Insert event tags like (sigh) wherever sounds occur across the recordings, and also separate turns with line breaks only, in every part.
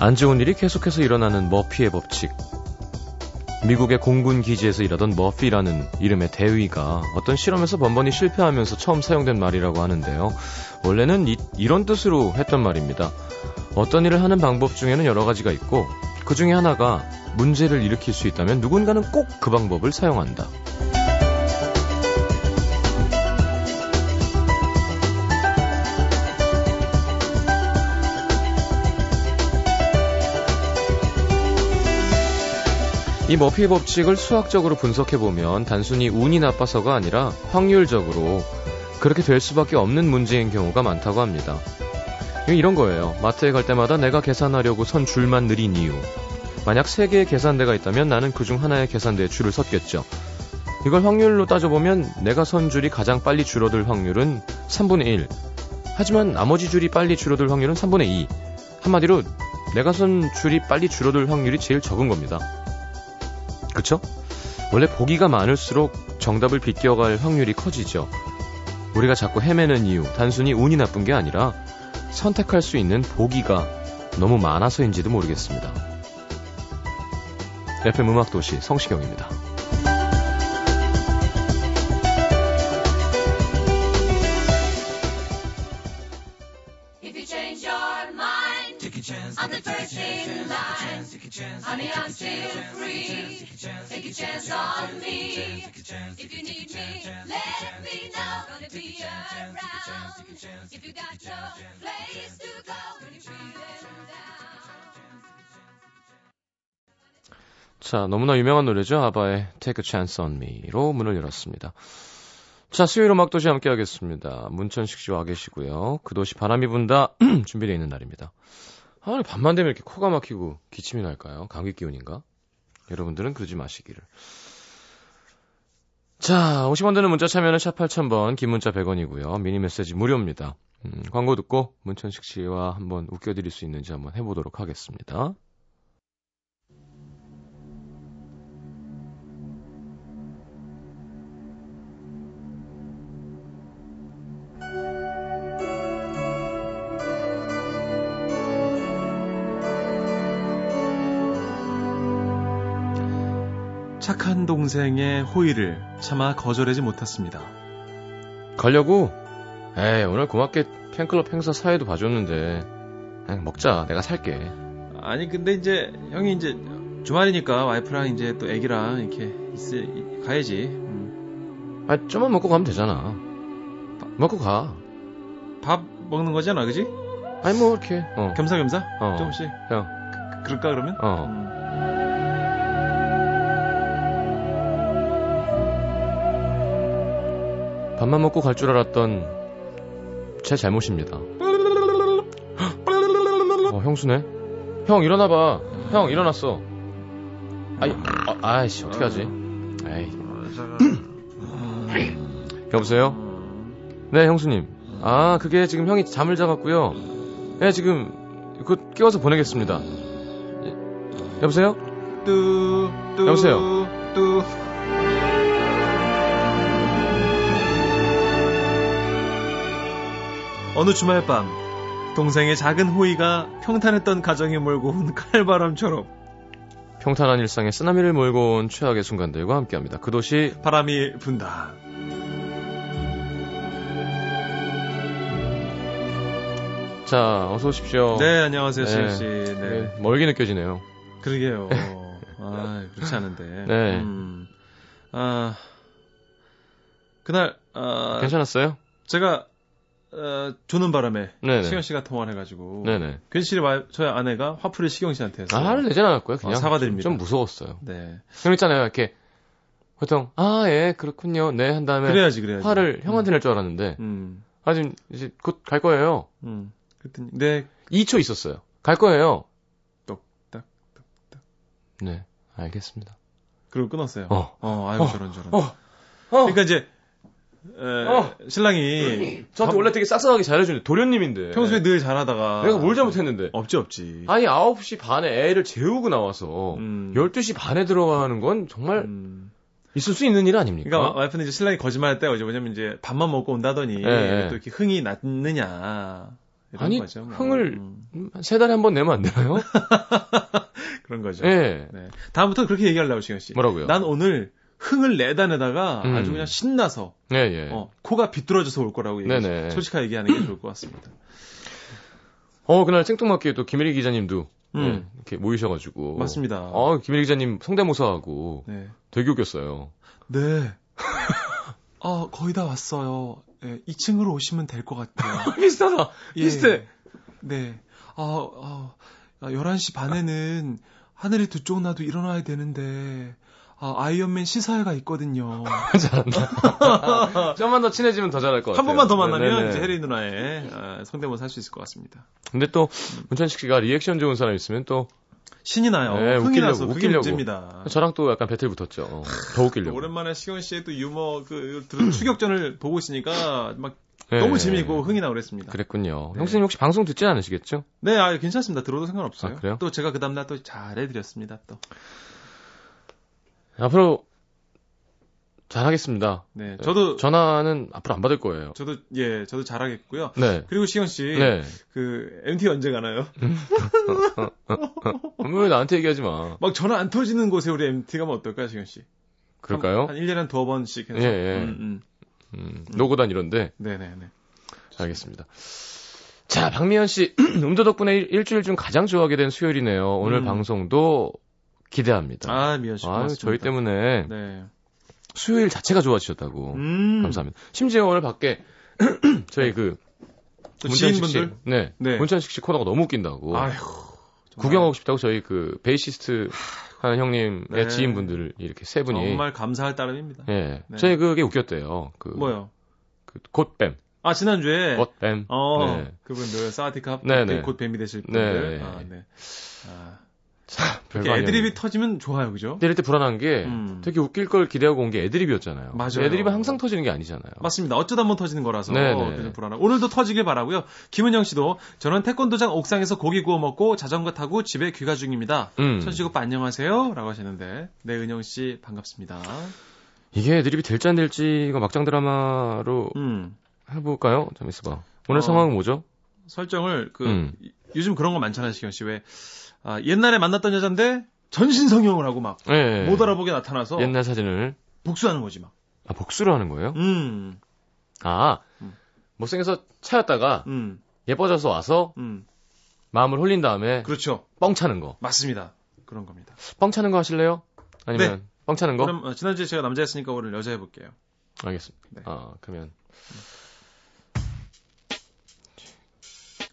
안 좋은 일이 계속해서 일어나는 머피의 법칙. 미국의 공군 기지에서 일하던 머피라는 이름의 대위가 어떤 실험에서 번번이 실패하면서 처음 사용된 말이라고 하는데요. 원래는 이, 이런 뜻으로 했던 말입니다. 어떤 일을 하는 방법 중에는 여러 가지가 있고 그 중에 하나가 문제를 일으킬 수 있다면 누군가는 꼭 그 방법을 사용한다. 이 머피 법칙을 수학적으로 분석해보면 단순히 운이 나빠서가 아니라 확률적으로 그렇게 될 수밖에 없는 문제인 경우가 많다고 합니다. 이런 거예요. 마트에 갈 때마다 내가 계산하려고 선 줄만 느린 이유. 만약 세개의 계산대가 있다면 나는 그 중 하나의 계산대에 줄을 섰겠죠. 이걸 확률로 따져보면 내가 선 줄이 가장 빨리 줄어들 확률은 3분의 1. 하지만 나머지 줄이 빨리 줄어들 확률은 3분의 2. 한마디로 내가 선 줄이 빨리 줄어들 확률이 제일 적은 겁니다. 그쵸? 원래 보기가 많을수록 정답을 비껴갈 확률이 커지죠. 우리가 자꾸 헤매는 이유, 단순히 운이 나쁜 게 아니라 선택할 수 있는 보기가 너무 많아서인지도 모르겠습니다. FM 음악도시 성시경입니다.
If you change your mind
Take a chance.
on the first in line,
Take a chance.
honey, I'm still free. Take a chance on me.
Take a chance.
If you need me, let me know. Gonna be around. If you got no place to go when you're feeling down.
자, 너무나 유명한 노래죠. 아바의 Take a Chance on Me로 문을 열었습니다. 자, 수요일 음악도시 함께 하겠습니다. 문천식 씨 와 계시고요. 그 도시 바람이 분다 (clears throat) 준비되어 있는 날입니다. 아, 오늘 밤만 되면 이렇게 코가 막히고 기침이 날까요? 감기 기운인가? 여러분들은 그러지 마시기를. 자, 50원 드는 문자 참여는 샵 8000번, 긴 문자 100원이고요. 미니 메시지 무료입니다. 음, 광고 듣고 문천식 씨와 한번 웃겨드릴 수 있는지 한번 해보도록 하겠습니다.
착한 동생의 호의를 차마 거절하지 못했습니다.
가려고? 에이, 오늘 고맙게 팬클럽 행사 사회도 봐줬는데. 그냥 먹자. 내가 살게.
아니 근데 이제 형이 이제 주말이니까 와이프랑 이제 또 애기랑 이렇게 있을 가야지. 음.
아, 좀만 먹고 가면 되잖아. 먹고 가.
밥 먹는 거잖아, 그지?
아니, 뭐, 이렇게. 어.
겸사겸사
어.
조금씩.
형.
그럴까 그러면?
어.
음.
밥만 먹고 갈 줄 알았던 제 잘못입니다. 어, 형수네? 형, 일어나봐. 형, 일어났어. 아이, 어, 아이씨, 어떻게 하지? 에이.
음.
여보세요?
음.
네, 형수님. 아, 그게 지금 형이 잠을 자갖고요. 예, 지금 그 끼워서 보내겠습니다. 예, 여보세요?
뚜, 뚜,
여보세요?
뚜. 어느 주말 밤 동생의 작은 호의가 평탄했던 가정에 몰고 온 칼바람처럼
평탄한 일상에 쓰나미를 몰고 온 최악의 순간들과 함께합니다. 그 도시
바람이 분다.
자, 어서 오십시오.
네, 안녕하세요,
네.
지은 씨. 네.
네, 멀게 느껴지네요.
그러게요. 아, 그렇지 않은데.
네.
음. 아, 그날, 아,
괜찮았어요?
제가, 어, 조는 바람에,
네네.
시경 씨가 통화를 해가지고,
네네.
괜시리 와- 저희 아내가 화풀이 시경 씨한테 해서.
아, 화를 내진 않았고요. 그냥
아, 사과드립니다.
좀 무서웠어요.
네.
형 있잖아요. 이렇게 보통 아, 예, 그렇군요. 네, 한 다음에
그래야지, 그래야지.
화를 형한테 낼 줄 알았는데
음,
아, 지금 이제 곧 갈 거예요.
음. 그랬더니, 네,
2초 있었어요. 갈 거예요.
똑딱.
네, 알겠습니다.
그리고 끊었어요.
어.
아이고,
어.
저런, 저런.
어.
그러니까 이제, 에,
어. 네.
신랑이.
저한테
밥-
원래 되게 싹싹하게 잘해주는데 도련님인데 아, 네.
평소에 늘 잘하다가.
내가 뭘 잘못했는데
없지, 없지.
아니 9시 반에 애를 재우고 나와서
음.
12시 반에 들어가는 건 정말
음.
있을 수 있는 일 아닙니까?
그러니까 와이프는 이제 신랑이 거짓말할 때가 이제 뭐냐면 이제 밥만 먹고 온다더니
예, 예.
또 이렇게 흥이 났느냐 이런
아니,
거죠. 뭐.
흥을-
음,
음, 세 달에 한 번 내면 안 (laughs) 되나요?
그런 거죠.
예.
네. 다음부터 그렇게 얘기하려고 시현 씨.
뭐라고요?
난 오늘 흥을 내다 내다가
음.
아주 그냥 신나서
예, 예.
어, 코가 비뚤어져서 올 거라고 얘기
네네.
솔직하게 얘기하는 게 좋을 것 같습니다.
어, 그날 생뚱맞게 또 김일희 기자님도
음.
예, 이렇게 모이셔가지고.
맞습니다.
어, 김일희 기자님 성대모사하고
네.
되게 웃겼어요.
네. (laughs) 아, 거의 다 왔어요. 예, 2층으로 오시면 될 것 같아요.
비슷하다!
예.
비슷해!
네. 아, 아, 아, 11시 반에는 하늘이 두 쪽 나도 일어나야 되는데, 아, 아이언맨 시사회가 있거든요. (laughs)
잘한다. 좀만 더 친해지면 더 잘할 것 같아요.
한 번만 더 만나면
네네네.
이제 혜리 누나의 아, 성대모사 할 수 있을 것 같습니다.
근데 또, 문천식 씨가 리액션 좋은 사람 있으면 또,
신이 나요.
네,
흥이
웃기려고,
나서 그게
웃기려고.
문제입니다.
저랑 또 약간 배틀 붙었죠. 어, 더 웃기려고.
오랜만에 시경 씨의 또 유머 그 두- 추격전을 보고 있으니까 막
예.
너무 재미있고 흥이 나고 그랬습니다.
그랬군요.
네.
형수님 혹시 방송 듣진 않으시겠죠?
네, 아 괜찮습니다. 들어도 상관없어요.
아, 그래요?
또 제가 그 다음날 또 잘해드렸습니다. 또
앞으로 잘하겠습니다.
네, 저도
전화는 앞으로 안 받을 거예요.
저도 예, 저도 잘하겠고요.
네.
그리고 시경 씨,
네.
그 MT
(laughs)
언제 가나요?
왜 나한테 얘기하지 마.
막 전화 안 터지는 곳에 우리 MT 가면 어떨까요, 시경 씨?
그럴까요?
한, 한 1년에 한 두어 번씩 해서.
예, 예.
음, 음.
음, 노고단 이런데.
네네네.
알겠습니다. 자, 박미연 씨. (clears throat) 음도 덕분에 일, 주일중 가장 좋아하게 된 수요일이네요. 오늘
음.
방송도 기대합니다.
아, 미연 씨.
아유,
고맙습니다.
저희 때문에
네.
수요일 자체가 좋아지셨다고.
음.
어,
네.
감사합니다. 심지어 오늘 밖에 (clears throat) 저희 그
또
문천식 씨,
지인분들.
네,
네.
문천식 씨 코너가 너무 웃긴다고.
아휴. 정말-
뭐. 구경하고 싶다고 저희 그 베이시스트 하는 형님의
네.
지인분들 이렇게 세 분이
정말 감사할 따름입니다.
예
네.
저희 그게 웃겼대요 그,
뭐요?
그 곧뱀
아 지난주에
곧뱀
어
네.
그분들 사와디캅
네네.
곧 뱀이 되실
네.
분들. 아, 네. 아, 이렇게
별거 아니었는데.
애드립이 터지면 좋아요, 그죠?
때릴 때 불안한 게
음.
되게 웃길 걸 기대하고 온 게 애드립이었잖아요
맞아요.
애드립은 항상 터지는 게 아니잖아요
맞습니다. 어쩌다 한번 터지는 거라서
네네.
그래서 불안하고 오늘도 터지길 바라고요. 김은영 씨도 저는 태권도장 옥상에서 고기 구워 먹고 자전거 타고 집에 귀가 중입니다.
음.
천식 오빠 안녕하세요라고 하시는데 네 은영 씨 반갑습니다.
이게 애드립이 될지 안 될지가 막장 드라마로
음
해볼까요 좀 있어봐 오늘
어.
상황은 뭐죠
설정을 그
음.
이- 요즘 그런 거 많잖아요 시경 씨왜 아, 옛날에 만났던 여잔데 전신 성형을 하고 막 못
예
알아보게 나타나서
옛날 사진을
복수하는 거지 막.
아 복수를 하는 거예요
음
아
음.
못생겨서 차였다가
음,
예뻐져서 와서
음.
마음을 홀린 다음에
그렇죠.
뻥 차는 거.
맞습니다. 그런 겁니다.
뻥 차는 거 하실래요? 아니면 뻥 차는 거?
그럼 어, 지난주에 제가 남자였으니까 오늘 여자 해볼게요.
알겠습니다.
네.
아, 그러면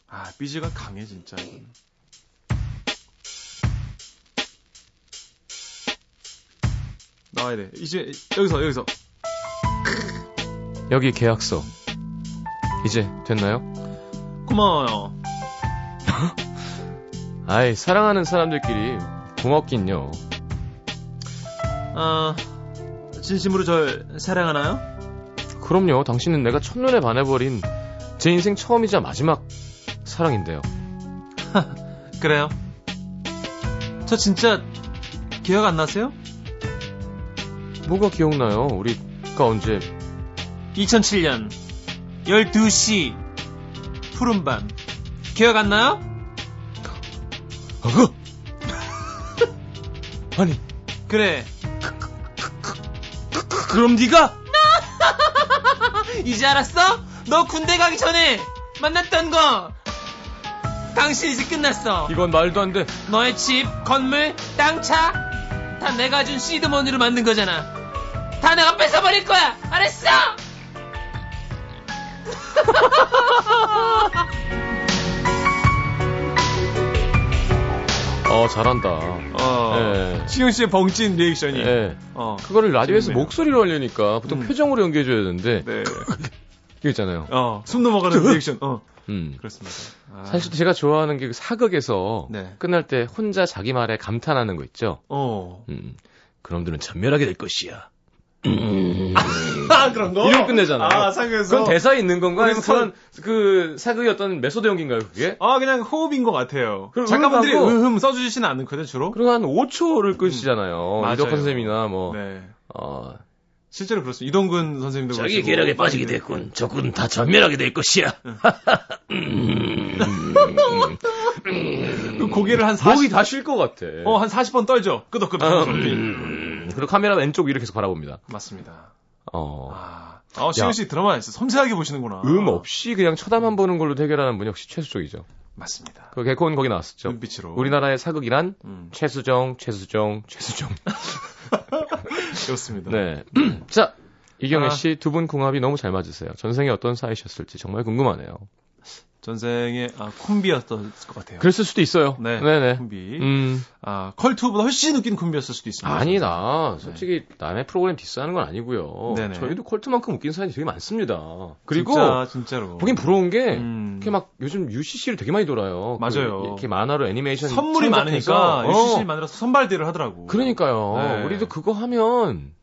아, 삐지가 강해 진짜. 이건. 나와야 돼. 이제 여기서 여기서.
여기 계약서. 이제 됐나요?
고마워요.
아이, 사랑하는 사람들끼리 고맙긴요.
아, 진심으로 절 사랑하나요?
그럼요. 당신은 내가 첫눈에 반해버린 제 인생 처음이자 마지막 사랑인데요.
그래요. 저 진짜 기억 안 나세요?
뭐가 기억나요? 우리가 언제
2007년 12시 푸른 밤. 기억 안 나요? (laughs)
어그 아니,
그래.
(laughs)
그럼 네가 이제 알았어? 너 군대 가기 전에 만났던 거. 당신 이제 끝났어.
이건 말도 안 돼.
너의 집, 건물, 땅차 다 내가 준 시드머니로 만든 거잖아. 다 내가 뺏어버릴 거야. 알았어?
어, 잘한다.
(laughs) 어.
예.
시경 씨의 벙찐 리액션이.
예.
어.
그거를 라디오에서
재밌네요.
목소리로 하려니까 보통
음.
표정으로 연기해줘야 되는데
네.
이거 있잖아요.
어. 숨 넘어가는 리액션. 어.
음.
그렇습니다. 아.
그 사실 제가 좋아하는 게그 사극에서
네.
끝날 때 혼자 자기 말에 감탄하는 거 있죠.
어.
음. 그놈들은 전멸하게 될 것이야.
아 그런 거.
이러고 끝내잖아요.
아 상에서.
(laughs) 그건 대사 있는 건가? 아니면
그래서
그런 그 사극의 어떤 메소드 연기인가요, 그게?
아 그냥 호흡인 것 같아요.
그럼
작가분들이
음악하고-
으흠 써주시진 않거든요 주로. 음.
그리고 한 5초를 끝이잖아요.
맞아요.
이덕환 쌤이나 뭐
네.
어,
실제로 그렇습니다. 이동근 선생님도
자기
그러시고.
계략에 빠지게 됐군. 적군 다 전멸하게 될 것이야. 음.
그 고개를 한 40,
목이 다 쉴 것 같아.
어, 한 40번 떨죠. 끄덕끄덕.
음.
그리고 카메라 왼쪽 위를 계속 바라봅니다.
맞습니다.
어.
아, 어, 시우 씨 드라마 있어. 섬세하게 보시는구나.
음 없이 그냥 쳐다만 보는 걸로 대결하는 분이 역시 최수종이죠.
맞습니다.
그 개콘 거기 나왔었죠.
눈빛으로.
우리나라의 사극이란
음,
최수정, 최수정, 최수정.
그렇습니다.
네. (clears throat) 자, 이경혜
아.
씨 두 분 궁합이 너무 잘 맞으세요. 전생에 어떤 사이셨을지 정말 궁금하네요.
전생에 아, 콤비였던 것 같아요.
그랬을 수도 있어요.
네.
네네.
콤비.
음.
아, 컬투보다 훨씬 웃긴 콤비였을 수도 있습니다.
아니다. 솔직히 남의 프로그램 디스하는 건 아니고요.
네네.
저희도 콜트만큼 웃긴 사연이 되게 많습니다. 그리고
진짜, 진짜로.
보긴 부러운 게
음.
이렇게 막 요즘 UCC를 되게 많이 돌아요. 그
맞아요.
이렇게 만화로 애니메이션
선물이
창작해서.
많으니까
어.
UCC 만들어서 선발대를 하더라고.
그러니까요.
네.
우리도 그거 하면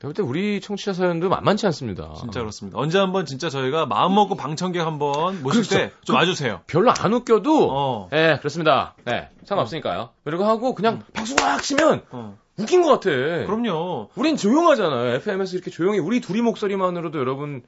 내가 볼때 우리 청취자 사연도 만만치 않습니다.
진짜 그렇습니다. 언제 한번 진짜 저희가 마음먹고 방청객 한번 모실
그렇죠.
때 좀 와주세요.
별로 안 웃겨도
어.
예, 그렇습니다. 네, 상관없으니까요. 그리고 하고 그냥 박수 확 치면
어.
웃긴 것 같아.
음. 그럼요.
우린 조용하잖아요. FM에서 이렇게 조용히 우리 둘이 목소리만으로도 여러분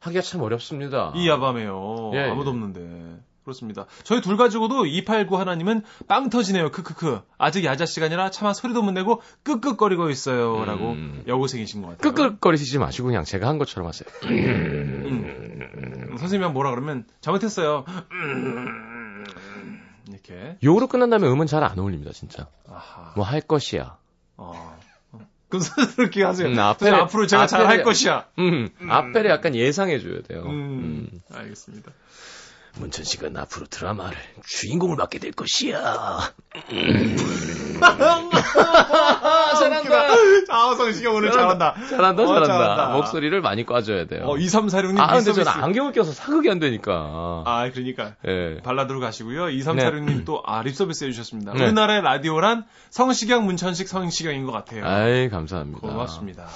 하기가 참 어렵습니다.
이 야밤에요.
예,
아무도
예.
없는데. 그렇습니다. 저희 둘 가지고도 289 하나님은 빵 터지네요. 크크크. 아직 야자 시간이라 차마 소리도 못 내고 끄끄거리고 있어요. 라고
음.
여고생이신 것 같아요.
끄끌거리시지 마시고 그냥 제가 한 것처럼 하세요.
음, 선생님이 뭐라 그러면 잘못했어요. 음, 이렇게.
요로 끝난 다음에 음은 잘 안 어울립니다, 진짜.
아하.
뭐 할 것이야.
어. 금스럽게 하세요.
음, 앞에-
선생님, 앞으로 제가 잘 할
앞에-
것이야.
음, 앞배를 약간 예상해줘야 돼요.
음,
음.
알겠습니다. (laughs)
문천식은 앞으로 드라마를 주인공을 맡게 될 것이야.
아, 잘한다.
아, 성식이 오늘 잘한다.
잘한다,
어,
잘한다.
잘한다.
목소리를 많이 꽈줘야 돼요.
어, 2346님.
아, 근데 저는
안...
안경을 껴서 사극이 안 되니까.
아, 그러니까.
예.
발라드로 가시고요. 2346님 또, 아, 립서비스 해주셨습니다.
네.
우리나라의 라디오란 성시경, 문천식, 성시경인 것 같아요.
아이, 감사합니다.
고맙습니다.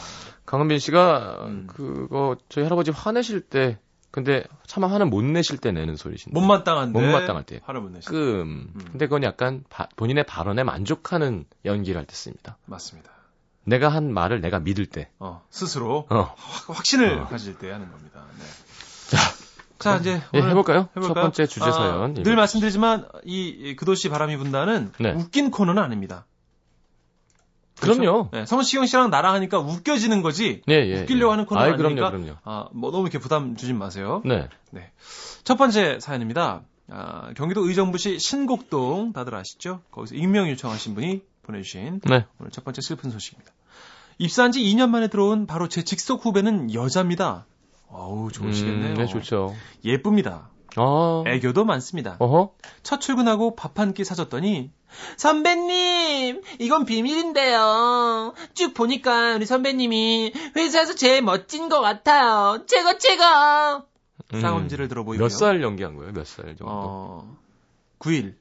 강은빈 씨가
음.
그거 저희 할아버지 화내실 때, 근데 차마 화는 못 내실 때 내는 소리신데.
못마땅한데.
못마땅할 때.
화를 못 내시.
끔.
음.
근데 그건 약간 바- 본인의 발언에 만족하는 연기를 할 때 씁니다.
맞습니다.
내가 한 말을 내가 믿을 때.
어, 스스로
어.
확, 확신을
어.
가질 때 하는 겁니다. 네. 자, 이제
예,
오늘
해볼까요?
해볼까요?
첫 번째 주제
아,
사연.
늘 말씀드리지만 이, 이 그도시 바람이 분다는
네.
웃긴 코너는 아닙니다.
그럼요.
네, 성시경 씨랑 나랑 하니까 웃겨지는 거지.
예, 예.
웃기려고
예.
하는 코너가
아이,
아니니까. 어?
그럼요, 그럼요.
아, 뭐 너무 이렇게 부담 주지 마세요.
네.
첫 번째 사연입니다. 아, 경기도 의정부시 신곡동 다들 아시죠? 거기서 익명 요청하신 분이 보내주신
네.
오늘 첫 번째 슬픈 소식입니다. 입사한 지 2년 만에 들어온 바로 제 직속 후배는 여자입니다. 어우 좋으시겠네요.
음, 네, 좋죠.
예쁩니다.
아.
애교도 많습니다.
어허.
첫 출근하고 밥 한 끼 사줬더니 선배님 이건 비밀인데요. 쭉 보니까 우리 선배님이 회사에서 제일 멋진 것 같아요. 최고 최고.
음.
쌍엄지를 들어보이고요.
몇 살 연기한 거예요? 몇 살 정도?
어, 9일.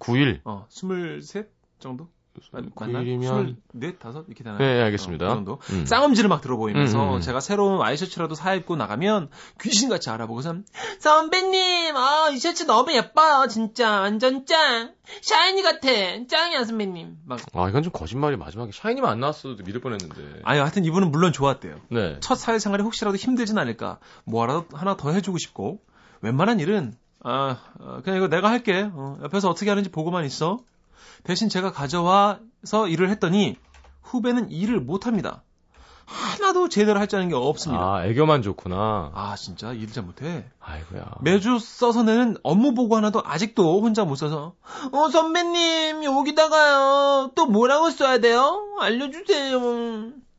9일.
어, 23 정도? 아, 맞- 맞나?
9일이면
24, 5 이렇게 되나요?
네,
어,
알겠습니다.
그 정도.
음.
쌍엄지를 막 들어보이면서
음, 음, 음.
제가 새로운 와이셔츠라도 사입고 나가면 귀신같이 알아보고서 선배님 아, 이 셔츠 너무 예뻐요 진짜 완전 짱 샤이니 같아 짱이야 선배님 막
아, 이건 좀 거짓말이 마지막에 샤이니만 안 나왔어도 믿을 뻔했는데.
아니 하여튼 이분은 물론 좋았대요
네.
첫 사회생활이 혹시라도 힘들진 않을까 뭐라도 하나 더 해주고 싶고 웬만한 일은 아 어, 그냥 이거 내가 할게 어, 옆에서 어떻게 하는지 보고만 있어 대신 제가 가져와서 일을 했더니 후배는 일을 못합니다 하나도 제대로 할 줄 아는 게 없습니다
아, 애교만 좋구나.
아 진짜 일 잘 못해
아이고야.
매주 써서 내는 업무 보고 하나도 아직도 혼자 못 써서 어 선배님 여기다가요 또 뭐라고 써야 돼요 알려주세요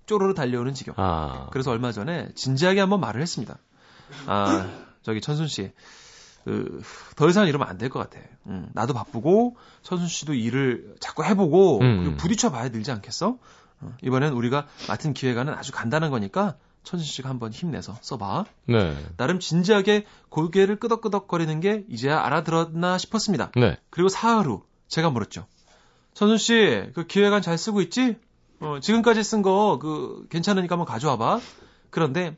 쪼르르 달려오는 지경
아.
그래서 얼마 전에 진지하게 한번 말을 했습니다
(laughs)
아 저기 천순 씨더 이상 이러면 안 될 것 같아 음, 나도 바쁘고 천순 씨도 일을 자꾸 해보고
음.
그리고 부딪혀 봐야 늘지 않겠어 어, 이번엔 우리가 맡은 기획안은 아주 간단한 거니까 천순 씨가 한번 힘내서 써봐
네.
나름 진지하게 고개를 끄덕끄덕거리는 게 이제야 알아들었나 싶었습니다.
네.
그리고 사흘 후 제가 물었죠. 선순 씨, 그 기획안 잘 쓰고 있지? 어, 지금까지 쓴 거 그 괜찮으니까 한번 가져와 봐. 그런데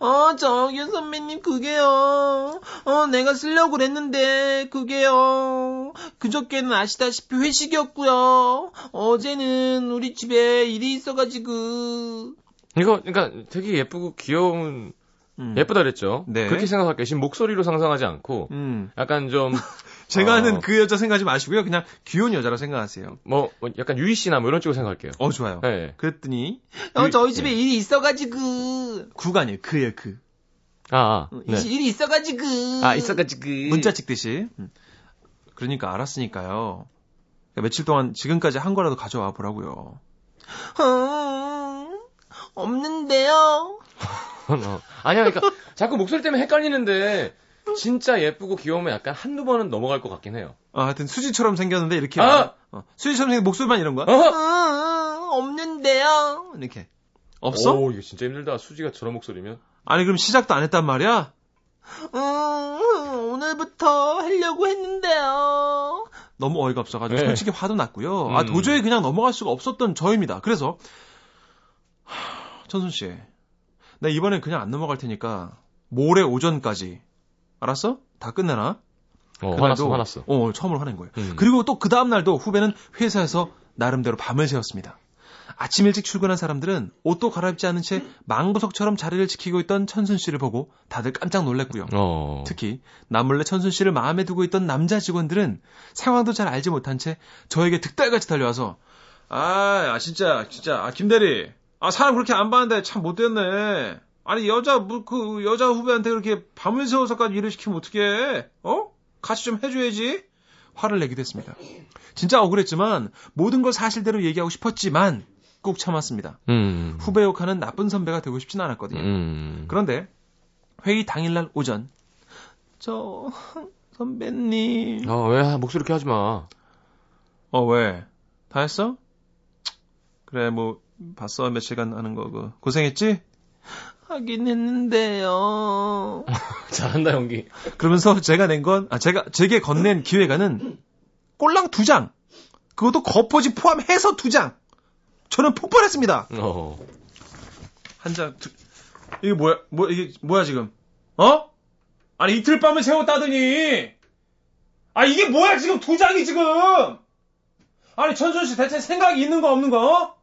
어, 저기 선배님 그게요. 어, 내가 쓰려고 그랬는데 그게요. 그저께는 아시다시피 회식이었고요. 어제는 우리 집에 일이 있어 가지고
이거 그러니까 되게 예쁘고 귀여운
음.
예쁘다 그랬죠.
네.
그렇게 생각할 게 지금 목소리로 상상하지 않고
음.
약간 좀뭐
제가
어.
아는 그 여자 생각하지 마시고요. 그냥 귀여운 여자라 생각하세요.
약간 유이 씨나 뭐 이런 쪽으로 생각할게요.
어, 좋아요.
네.
그랬더니,
그-
어, 저희 집에 일이 있어가지고. 구가 아니에요. 그예요, 그.
아, 아.
어,
네.
일이 있어가지고.
아,
있어가지고.
그
문자 찍듯이. 음. 그러니까 알았으니까요. 그러니까 며칠 동안 지금까지 한 거라도 가져와 보라고요. 어, 없는데요.
어. 아니야, (laughs) 그러니까 자꾸 목소리 때문에 헷갈리는데 진짜 예쁘고 귀여우면 약간 한두 번은 넘어갈 것 같긴 해요.
아, 하여튼 수지처럼 생겼는데 이렇게
아!
말해. 어, 수지처럼 생긴 목소리만 이런 거야?
어?
어, 없는데요. 이렇게 없어?
오, 이거 진짜 힘들다. 수지가 저런 목소리면.
아니 그럼 시작도 안 했단 말이야? 오늘부터 어, 하려고 했는데요. 너무 어이가 없어가지고
네.
솔직히 화도 났고요. 아
음.
도저히 그냥 넘어갈 수가 없었던 저입니다. 그래서 하, 천순 씨, 나 이번엔 그냥 안 넘어갈 테니까 모레 오전까지 알았어? 다 끝내나?
어,
그날도-
화났어, 화났어.
어, 처음으로 화낸 거예요.
음.
그리고 또 그 다음날도 후배는 회사에서 나름대로 밤을 새웠습니다. 아침 일찍 출근한 사람들은 옷도 갈아입지 않은 채 망부석처럼 자리를 지키고 있던 천순 씨를 보고 다들 깜짝 놀랐고요.
어.
특히 남몰래 천순 씨를 마음에 두고 있던 남자 직원들은 상황도 잘 알지 못한 채 저에게 득달같이 달려와서 아, 아, 진짜 진짜 아 김대리 아 사람 그렇게 안 봤는데 참 못됐네 아니 여자 뭐, 그 여자 후배한테 그렇게 밤을 새워서까지 일을 시키면 어떡해 어 같이 좀 해줘야지 화를 내기도 했습니다 진짜 억울했지만 모든 걸 사실대로 얘기하고 싶었지만 꾹 참았습니다
음.
후배 욕하는 나쁜 선배가 되고 싶진 않았거든요
음.
그런데 회의 당일날 오전 저 선배님
어, 왜 목소리 이렇게 하지 마.
어 왜? 다 했어? 그래 뭐 봤어 며칠간 하는 거 그. 고생했지? 하긴 했는데요
(laughs) 잘한다, 연기.
그러면서 (laughs) 제가 낸 건 아 제가 제게 건넨 기획안은 꼴랑 두 장 그것도 겉포지 포함해서 두 장 저는 폭발했습니다
어.
한 장, 두, 이게 뭐야, 뭐, 이게 뭐야 지금? 어? 아니, 이틀 밤을 세웠다더니! 아, 이게 뭐야 지금 두 장이 지금! 아니, 천순 씨 대체 생각이 있는 거 없는 거?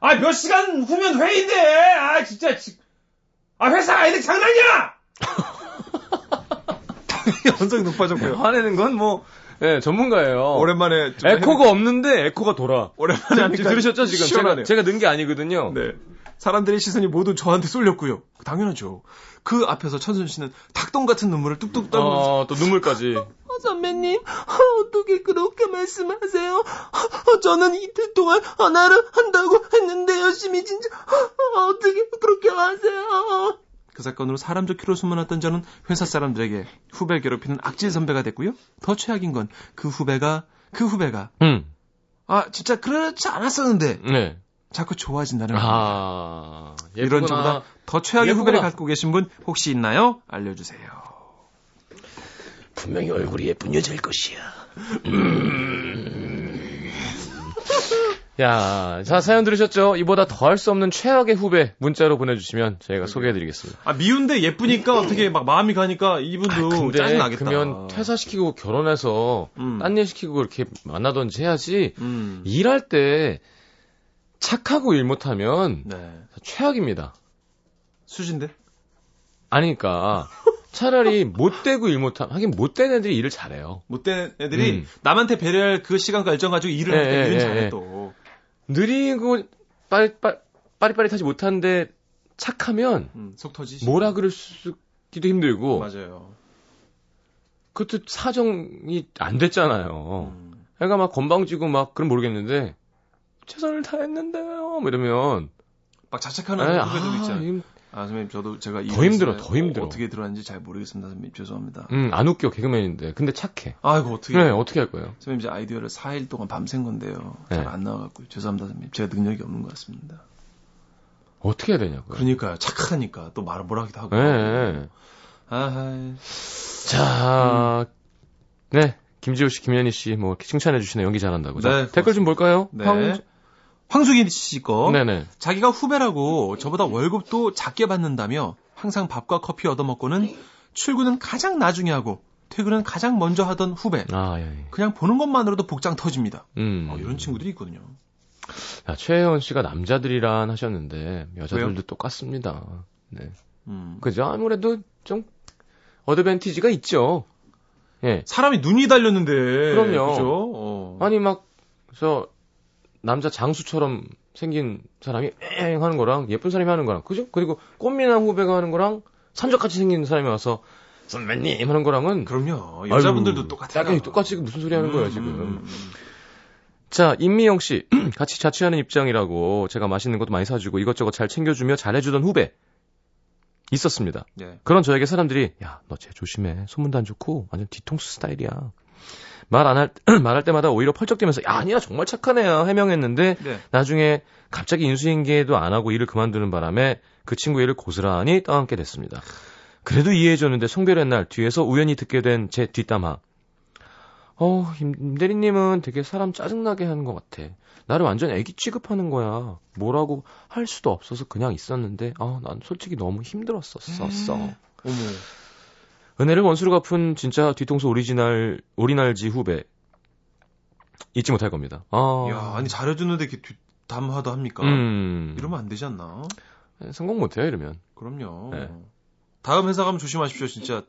아, 몇 시간 후면 회의인데! 아, 진짜, 지- 아, 회사 아이들 (laughs) 장난이야! 연성이 높아졌고요.
화내는 건 뭐, 예, 전문가예요.
오랜만에 좀
에코가 없는데 에코가 돌아.
오랜만에
지금 들으셨죠 지금? 제가,
시원하네요.
제가 넣은 게 아니거든요.
네. 사람들의 시선이 모두 저한테 쏠렸고요. 당연하죠. 그 앞에서 천순 씨는 닭똥 같은 눈물을 뚝뚝 떨면서
어, 또 눈물까지.
선배님 어떻게 그렇게 말씀하세요? 어, 저는 이틀 동안 하나를 한다고 했는데 열심히 진짜 어떻게 그렇게 하세요? 그 사건으로 사람 좋기로 숨어났던 저는 회사 사람들에게 후배를 괴롭히는 악질 선배가 됐고요. 더 최악인 건 그 후배가 그 후배가
(laughs) 음.
아 진짜 그렇지 않았었는데
네.
자꾸 좋아진다는 거.
아. 예쁘구나.
이런 저보다 더 최악의
예쁘구나.
후배를 갖고 계신 분 혹시 있나요? 알려주세요.
분명히 얼굴이 예쁜 여자일 것이야.
음. (laughs) 야, 자, 사연 들으셨죠? 이보다 더 할 수 없는 최악의 후배 문자로 보내주시면
음.
저희가 소개해드리겠습니다.
아 미운데
(clears throat)
예쁘니까 어떻게 막 마음이 가니까
아,
이분도 짜증나겠다.
아, 그러면 퇴사시키고 결혼해서
음.
딴 일 시키고 이렇게 만나던지 해야지
음.
일할 때 착하고 일 못하면
네.
최악입니다.
수진데?
아니니까 차라리 못되고 일 못함 하긴 못된 애들이 일을 잘해요.
못된 애들이
음.
남한테 배려할 그 시간과 일정 가지고 일을
예,
하니까
예,
일은
예,
잘해
예.
또.
느리고 빠리, 빠, 빠릿빠릿하지 못한데 착하면
음, 속 터지.
뭐라 그럴 수기도 힘들고
맞아요.
그것도 사정이 안 됐잖아요.
음.
애가 막 건방지고 막 그럼 모르겠는데 최선을 다했는데요. 뭐 이러면
막 자책하는 후배들 있잖아요.
임-
아 선배님 저도 제가 이
예. 더 힘들어,
말씀을
더 힘들어.
어, 떻게 들어왔는지 잘 모르겠습니다 선배님 죄송합니다.
음, 안 웃겨 개그맨인데 근데 착해.
아이고 어떻게.
네 어떻게 할 거예요?
선배님 제 아이디어를 4일 동안 밤샌 건데요.
네.
잘 안 나와갖고 죄송합니다 선배님 제가 능력이 없는 것 같습니다.
어떻게 해야 되냐고요.
그러니까요 착하니까 또 말을 뭐라 하기도 하고.
네.
아하.
자,
음.
네. 김지호 씨, 김현희 씨, 뭐, 칭찬해 주시네. 연기 잘한다고. 자,
네,
댓글 좀 볼까요?
네. 어?
황-
황숙이 씨 거.
네네.
자기가 후배라고 저보다 월급도 작게 받는다며 항상 밥과 커피 얻어먹고는 출근은 가장 나중에 하고 퇴근은 가장 먼저 하던 후배.
아, 예, 예.
그냥 보는 것만으로도 복장 터집니다.
음.
어, 이런 친구들이 있거든요.
야, 최혜원 씨가 남자들이란 하셨는데 여자들도
왜요?
똑같습니다. 네.
음.
그죠? 아무래도 좀 어드밴티지가 있죠. 예.
사람이 눈이 달렸는데.
그럼요.
그죠? 어.
아니 막 저 남자 장수처럼 생긴 사람이 엥 하는 거랑 예쁜 사람이 하는 거랑 그죠? 그리고 꽃미나 후배가 하는 거랑 산적같이 생긴 사람이 와서 선배님 하는 거랑은
그럼요. 여자분들도
아유,
똑같아요.
당연히 똑같이 무슨 소리 하는 거예요, 지금.
음, 음,
자, 임미영 씨. (clears throat) 같이 자취하는 입장이라고 제가 맛있는 것도 많이 사주고 이것저것 잘 챙겨주며 잘해주던 후배. 있었습니다.
예.
그런 저에게 사람들이, 야, 너 쟤 조심해. 소문도 안 좋고, 완전 뒤통수 스타일이야. 말 안 할, (clears throat) 말할 때마다 오히려 펄쩍대면서, 야, 아니야, 정말 착한 애야. 해명했는데,
네.
나중에 갑자기 인수인계도 안 하고 일을 그만두는 바람에 그 친구 일을 고스란히 떠안게 됐습니다. 그래도 이해해줬는데 송별의 날 뒤에서 우연히 듣게 된 제 뒷담화. 어, 임, 임 대리님은 되게 사람 짜증나게 하는 것 같아. 나를 완전 애기 취급하는 거야. 뭐라고 할 수도 없어서 그냥 있었는데, 아, 난 솔직히 너무 힘들었었어.
어머.
은혜를 원수로 갚은 진짜 뒤통수 오리지널, 오리날지 후배. 잊지 못할 겁니다. 아.
네. 야, 아니 잘해줬는데 이렇게 뒷담화도 합니까?
음.
이러면 안 되지 않나?
예, 성공 못해요, 이러면.
그럼요.
네.
다음 회사 가면 조심하십시오, 진짜.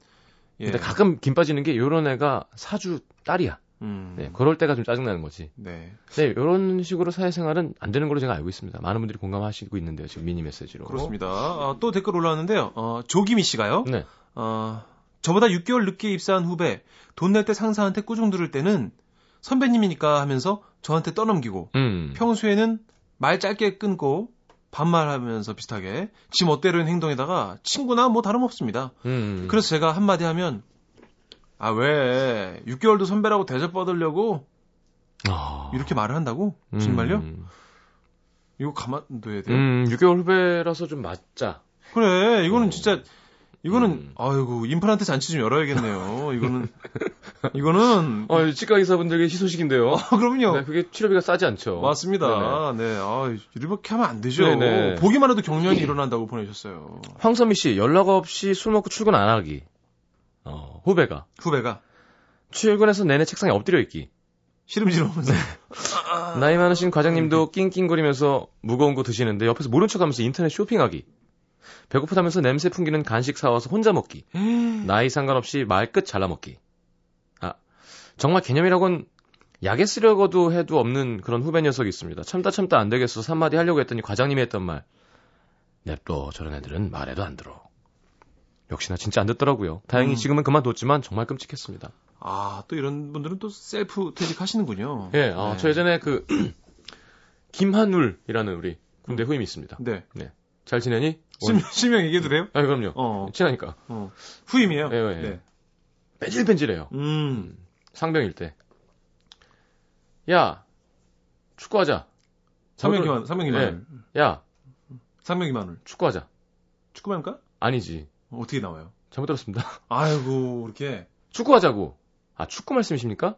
예.
근데 가끔 김 빠지는 게 요런 애가 사주 딸이야.
음.
네, 그럴 때가 좀 짜증나는 거지.
네.
네, 요런 식으로 사회생활은 안 되는 걸로 제가 알고 있습니다. 많은 분들이 공감하시고 있는데요, 지금 미니 메시지로.
그렇습니다. 아, 또 댓글 올라왔는데요. 어, 조기미 씨가요.
네.
어, 저보다 6개월 늦게 입사한 후배, 돈 낼 때 상사한테 꾸중 들을 때는 선배님이니까 하면서 저한테 떠넘기고,
음.
평소에는 말 짧게 끊고, 반말하면서 비슷하게, 지 멋대로인 행동에다가 친구나 뭐 다름없습니다.
음.
그래서 제가 한마디 하면, 아, 왜, 6개월도 선배라고 대접받으려고,
아.
이렇게 말을 한다고? 정말요?
음.
이거 가만둬야 돼요.
음, 6개월 후배라서 좀 맞자.
그래, 이거는
어.
진짜, 이거는,
음.
아이고, 임플란트 잔치 좀 열어야겠네요. 이거는, 이거는,
어, 치과 의사분들에게 희소식인데요.
아, 그럼요.
네, 그게 치료비가 싸지 않죠. 네네.
맞습니다. 네, 아, 이렇게 하면 안 되죠.
네네.
보기만 해도 경련이 일어난다고 보내셨어요.
네. 황선미 씨, 연락 없이 술 먹고 출근 안 하기. 어, 후배가.
후배가
출근해서 내내 책상에 엎드려 있기. 네.
시름시름하면서
나이 많으신 과장님도 낑낑거리면서 무거운 거 드시는데 옆에서 모른 척하면서 인터넷 쇼핑하기. 배고프다면서 냄새 풍기는 간식 사와서 혼자 먹기. 나이 상관없이 말끝 잘라먹기. 아, 정말 개념이라곤 약에 쓰려고도 해도 없는 그런 후배 녀석이 있습니다. 참다 참다 안 되겠어. 한마디 하려고 했더니 과장님이 했던 말. 냅둬 저런 애들은 말해도 안 들어. 역시나 진짜 안 듣더라고요. 다행히
음.
지금은 그만뒀지만 정말 끔찍했습니다.
아, 또 이런 분들은 또 셀프 퇴직하시는군요. 네.
예, 아, 저 예전에 그 (clears throat) 김한울이라는 우리 군대 후임이 있습니다.
네.
잘 지내니? 어,
심, 심형 얘기해도 돼요?
아, 그럼요.
어,
친하니까.
어. 후임이에요?
예, 예.
네.
뺀질뺀질해요.
음.
상병일 때. 야, 축구하자.
상명기만, 상명기만을.
네. 야,
상명기만을.
축구하자.
축구만입니까?
아니지.
어떻게 나와요?
잘못 들었습니다. (laughs)
아이고, 이렇게.
축구하자고. 아, 축구 말씀이십니까?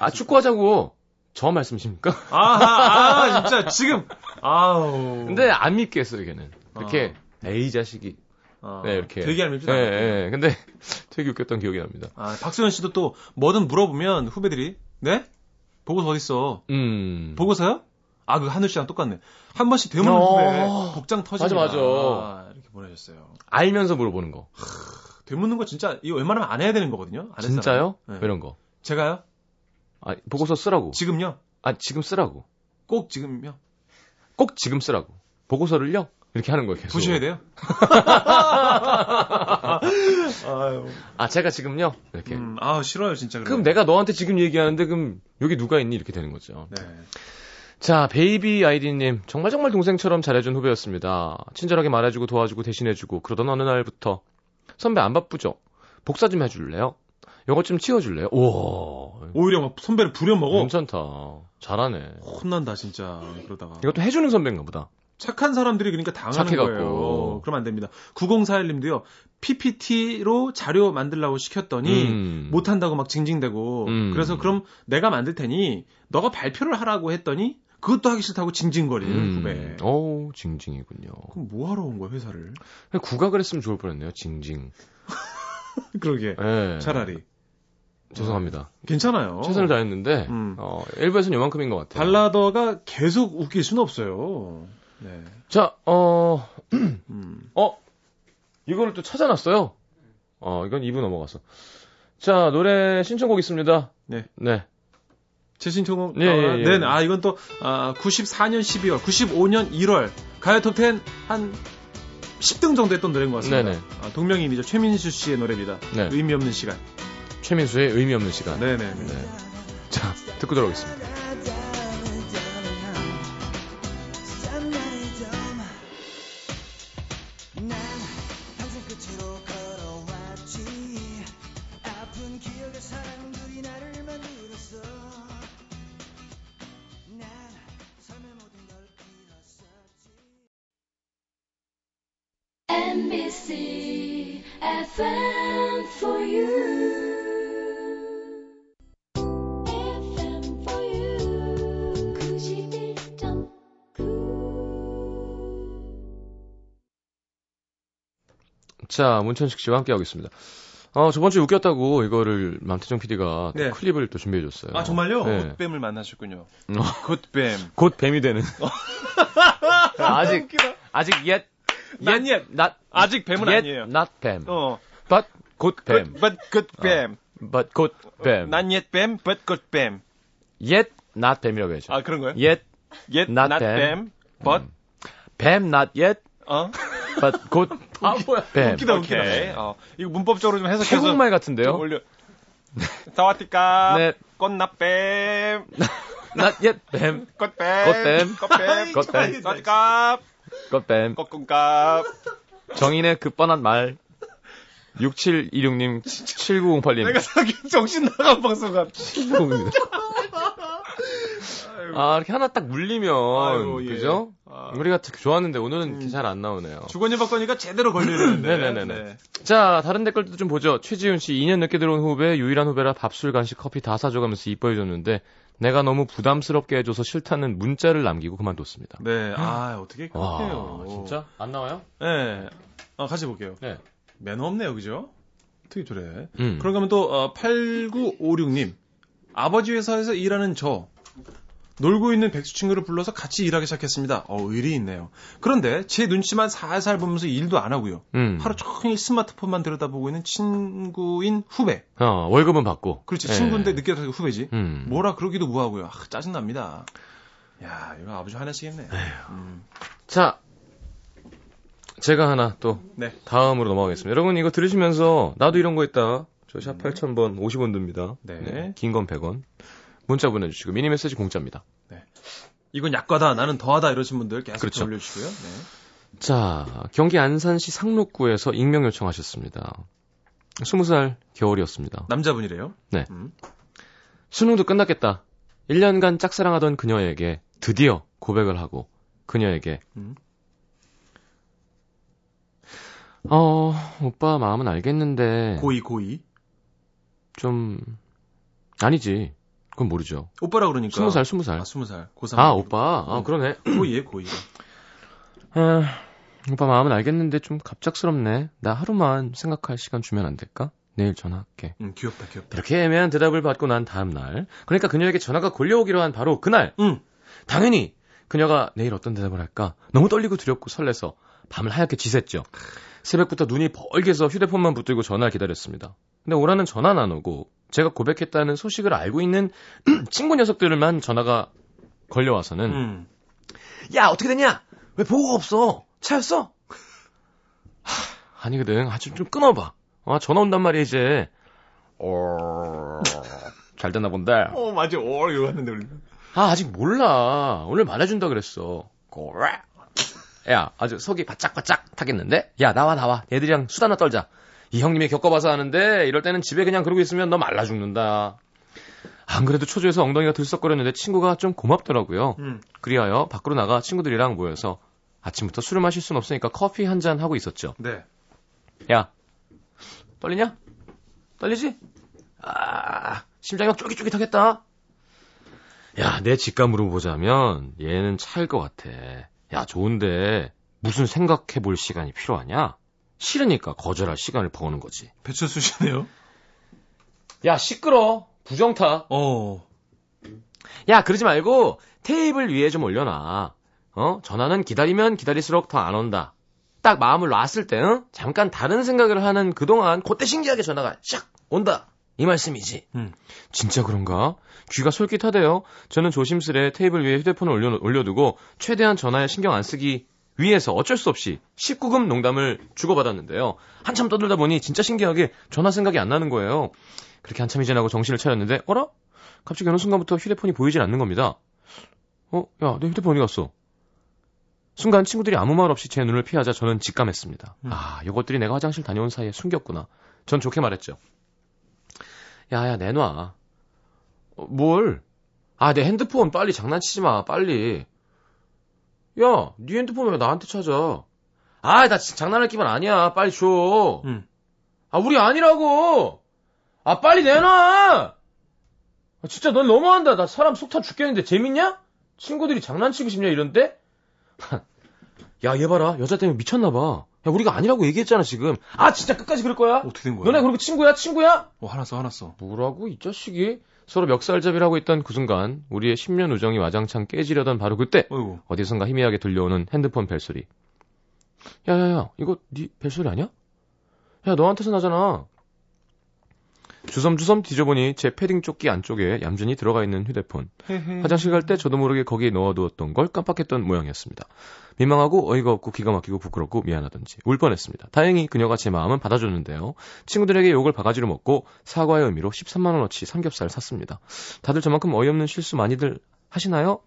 아, 축구하자고. 저 말씀이십니까?
아, 아, 아, 진짜, 지금. 아우.
근데 안 믿겠어요, 걔는. 그렇게, 에이, 자식이.
아,
네, 이렇게.
되게 얄밉지
예,
않아요.
예. 근데 (laughs) 되게 웃겼던 기억이 납니다.
아, 박소연 씨도 또 뭐든 물어보면 후배들이 네? 보고서 어딨어?
음.
보고서요? 아, 그 하늘 씨랑 똑같네. 한 번씩 대문
어.
후배 복장 터집니다.
맞아, 맞아.
아, 이렇게 보내셨어요. 그
알면서 물어보는 거.
되묻는 거 진짜 이거 웬만하면 안 해야 되는 거거든요. 안 했어요.
진짜요?
네.
이런 거.
제가요?
아, 보고서 쓰라고.
지금요?
아, 지금 쓰라고.
꼭 지금요?
꼭 지금 쓰라고. 보고서를요? 이렇게 하는 거예요, 계속.
부셔야 돼요? 아유.
아, 제가 지금요? 이렇게.
음, 아, 싫어요, 진짜.
그럼
그럼.
내가 너한테 지금 얘기하는데, 그럼 여기 누가 있니? 이렇게 되는 거죠.
네.
자, 베이비 아이디님. 정말 정말 동생처럼 잘해준 후배였습니다. 친절하게 말해주고 도와주고 대신해주고 그러던 어느 날부터. 선배 안 바쁘죠? 복사 좀 해줄래요? 요거 좀 치워줄래요? 우와.
오히려 막 선배를 부려먹어.
괜찮다. 잘하네.
혼난다, 진짜. 그러다가.
이것도 해주는 선배인가 보다.
착한 사람들이 그러니까 당하는
착해갖고.
거예요. 그럼 안 됩니다. 9041님도요. PPT로 자료 만들라고 시켰더니
음.
못 한다고 막 징징대고
음.
그래서 그럼 내가 만들 테니 너가 발표를 하라고 했더니 그것도 하기 싫다고 징징거리는 후배.
음. 어우, 징징이군요.
그럼 뭐 하러 온
(laughs)
거야 회사를?
그냥 국악을 했으면 좋을 뻔 했네요, 징징.
그러게.
예.
차라리.
죄송합니다.
괜찮아요.
최선을 다했는데
어. 음.
어, 일부에서는 요만큼인 것 같아요.
발라더가 계속 웃길 순 없어요. 네.
자, 어,
음.
어, 이거를 또 찾아놨어요. 어, 이건 2부 넘어갔어. 자, 노래 신청곡 있습니다.
네.
네.
제 신청곡.
예, 예, 예.
네, 네. 아, 이건 또, 아, 94년 12월, 95년 1월, 가요 톱10 한 10등 정도 했던 노래인 것 같습니다.
네네.
아, 동명이인이죠. 최민수 씨의 노래입니다.
네.
의미 없는 시간.
최민수의 의미 없는 시간.
네네. 네.
네. 자, 듣고 돌아오겠습니다.
난 항상 끝으로 걸어왔지 아픈 기억의 사랑들이 나를 만들었어 난 삶의 모든 걸 잃었었지
NBC FM for you. FM for you. 91.9.
자, 문천식 씨와 함께하고 있습니다. 어, 저번 주에 웃겼다고 이거를 맘태정 PD가
네.
클립을 또 준비해줬어요. 어.
아, 정말요?
네.
굿뱀을 만나셨군요. 굿뱀.
곧 뱀이 되는. (laughs) 아직, 아직 yet,
난 yet.
not,
아직 뱀은
yet
아니에요.
not 뱀.
어.
but good 뱀.
But good 뱀.
but good 뱀.
난 yet 뱀, but good 뱀.
yet not 뱀이라고 해야죠.
아, 그런 거예요?
yet,
Yet
not
not,
뱀.
뱀, but,
뱀 not yet,
어?
but good
(laughs) 아, 뭐야.
뱀.
웃기다,
오케이.
웃기다. 어, 이거 문법적으로 좀 해석해서.
태국말 같은데요?
좀 올려. 사와티캅.
네.
꽃나뱀.
not yet 뱀,
꽃뱀.
꽃뱀.
꽃뱀.
꽃뱀.
사와티캅.
good 뱀.
꽃꿈값.
정인의 그 뻔한 말. 6726님, 7908님.
내가 사기 정신 나간 방송 같아.
니다 아, 이렇게 하나 딱 물리면,
아이고, 예.
그죠?
아. 음.
우리가 특- 좋았는데 오늘은 잘 안 나오네요.
주거니 받거니가 제대로 걸리는데.
네네네네. 자, 다른 댓글도 좀 보죠. 최지훈 씨, 2년 늦게 들어온 후배, 유일한 후배라 밥술, 간식, 커피 다 사줘가면서 이뻐해줬는데, 내가 너무 부담스럽게 해줘서 싫다는 문자를 남기고 그만뒀습니다.
네. 아, 어떻게
와,
그렇게요.
진짜? 안 나와요?
네. 아, 같이 볼게요.
네.
매너 없네요, 그죠? 어떻게 저래.
음.
그런가 하면 또, 어, 8956님. 아버지 회사에서 일하는 저. 놀고 있는 백수 친구를 불러서 같이 일하기 시작했습니다. 어, 의리 있네요. 그런데 제 눈치만 살살 보면서 일도 안 하고요.
음.
하루 종일 스마트폰만 들여다보고 있는 친구인 후배.
어, 월급은 받고.
그렇지,
예.
친구인데 늦게 들어서 후배지.
음.
뭐라 그러기도 뭐하고요. 아, 짜증납니다. 야, 이거 아버지 화내시겠네. 음.
자, 제가 하나 또
네.
다음으로 넘어가겠습니다. 여러분 이거 들으시면서 나도 이런 거 있다. 저 샵 8000번 50원 듭니다.
네.
긴 건 100원. 문자 보내주시고 미니 메시지 공짜입니다.
이건 약과다, 나는 더하다 이러신 분들 계속
그렇죠.
올려주시고요. 네.
자, 경기 안산시 상록구에서 익명 요청하셨습니다. 20살 겨울이었습니다.
남자분이래요. 음.
수능도 끝났겠다. 1년간 짝사랑하던 그녀에게 드디어 고백을 하고 그녀에게
음.
어, 오빠 마음은 알겠는데
고이 고이.
좀 아니지. 그건 모르죠.
오빠라 그러니까.
스무 살, 스무 살.
아, 스무 살. 고삼.
아 오빠, 아
음.
그러네.
고이에 고이.
아, 오빠 마음은 알겠는데 좀 갑작스럽네. 나 하루만 생각할 시간 주면 안 될까? 내일 전화할게.
음, 귀엽다, 귀엽다.
이렇게 애매한 대답을 받고 난 다음 날, 그러니까 그녀에게 전화가 걸려오기로 한 바로 그날,
응.
당연히 그녀가 내일 어떤 대답을 할까 너무 떨리고 두렵고 설레서 밤을 하얗게 지샜죠. 새벽부터 눈이 벌게서 휴대폰만 붙들고 전화를 기다렸습니다. 근데 오라는 전화는 안 오고 제가 고백했다는 소식을 알고 있는 (clears throat) 친구 녀석들만 전화가 걸려와서는
음.
야 어떻게 됐냐? 왜 보고가 없어? 차였어? 하, 아니거든. 아좀 좀 끊어봐. 아 전화 온단 말이야 이제. 어... 잘 됐나 본데.
어, 맞아. 오, 이거 왔는데 우리.
아 아직 몰라. 오늘 말해준다 그랬어. 고래. 야 아주 속이 바짝바짝 타겠는데? 야 나와 나와. 얘들이랑 수다나 떨자. 이 형님이 겪어봐서 아는데 이럴 때는 집에 그냥 그러고 있으면 너 말라 죽는다. 안 그래도 초조해서 엉덩이가 들썩거렸는데 친구가 좀 고맙더라고요.
음.
그리하여 밖으로 나가 친구들이랑 모여서 아침부터 술을 마실 순 없으니까 커피 한 잔 하고 있었죠.
네.
야, 떨리냐? 떨리지? 아, 심장이 막 쫄깃쫄깃하겠다. 야, 내 직감으로 보자면 얘는 차일 것 같아. 야, 좋은데 무슨 생각해 볼 시간이 필요하냐? 싫으니까 거절할 시간을 버는 거지.
배철수 씨네요.
야, 시끄러. 부정타.
어.
야, 그러지 말고 테이블 위에 좀 올려놔. 어? 전화는 기다리면 기다릴수록 더 안 온다. 딱 마음을 놨을 때, 응? 잠깐 다른 생각을 하는 그동안 그때 신기하게 전화가 샥 온다. 이 말씀이지.
음.
진짜 그런가? 귀가 솔깃하대요. 저는 조심스레 테이블 위에 휴대폰을 올려, 올려두고 최대한 전화에 신경 안 쓰기 위해서 어쩔 수 없이 19금 농담을 주고받았는데요. 한참 떠들다 보니 진짜 신기하게 전화 생각이 안 나는 거예요. 그렇게 한참이 지나고 정신을 차렸는데, 어라? 갑자기 어느 순간부터 휴대폰이 보이질 않는 겁니다. 어, 야, 내 휴대폰 어디 갔어? 순간 친구들이 아무 말 없이 제 눈을 피하자 저는 직감했습니다. 아, 요것들이 내가 화장실 다녀온 사이에 숨겼구나. 전 좋게 말했죠. 야, 야, 내놔. 어, 뭘? 아, 내 핸드폰 빨리 장난치지 마, 빨리. 야, 네 핸드폰 왜 나한테 찾아? 아, 나 진짜 장난할 기분 아니야. 빨리 줘.
음.
아, 우리 아니라고! 아, 빨리 내놔! 아, 진짜 넌 너무한다. 나 사람 속 타 죽겠는데 재밌냐? 친구들이 장난치고 싶냐 이런데? (laughs) 야, 얘 봐라. 여자 때문에 미쳤나 봐. 야, 우리가 아니라고 얘기했잖아, 지금. 아, 진짜 끝까지 그럴 거야?
어떻게 된 거야?
너네 그리고 친구야? 친구야?
어, 화났어, 화났어.
뭐라고 이 자식이? 서로 멱살잡이를 하고 있던 그 순간 우리의 10년 우정이 와장창 깨지려던 바로 그때
어이구.
어디선가 희미하게 들려오는 핸드폰 벨소리. 야야야, 이거 네 벨소리 아니야? 야, 너한테서 나잖아. 주섬주섬 뒤져보니 제 패딩 조끼 안쪽에 얌전히 들어가 있는 휴대폰. 화장실 갈 때 저도 모르게 거기에 넣어두었던 걸 깜빡했던 모양이었습니다. 민망하고 어이가 없고 기가 막히고 부끄럽고 미안하던지 울 뻔했습니다. 다행히 그녀가 제 마음은 받아줬는데요. 친구들에게 욕을 바가지로 먹고 사과의 의미로 13만원어치 삼겹살을 샀습니다. 다들 저만큼 어이없는 실수 많이들 하시나요?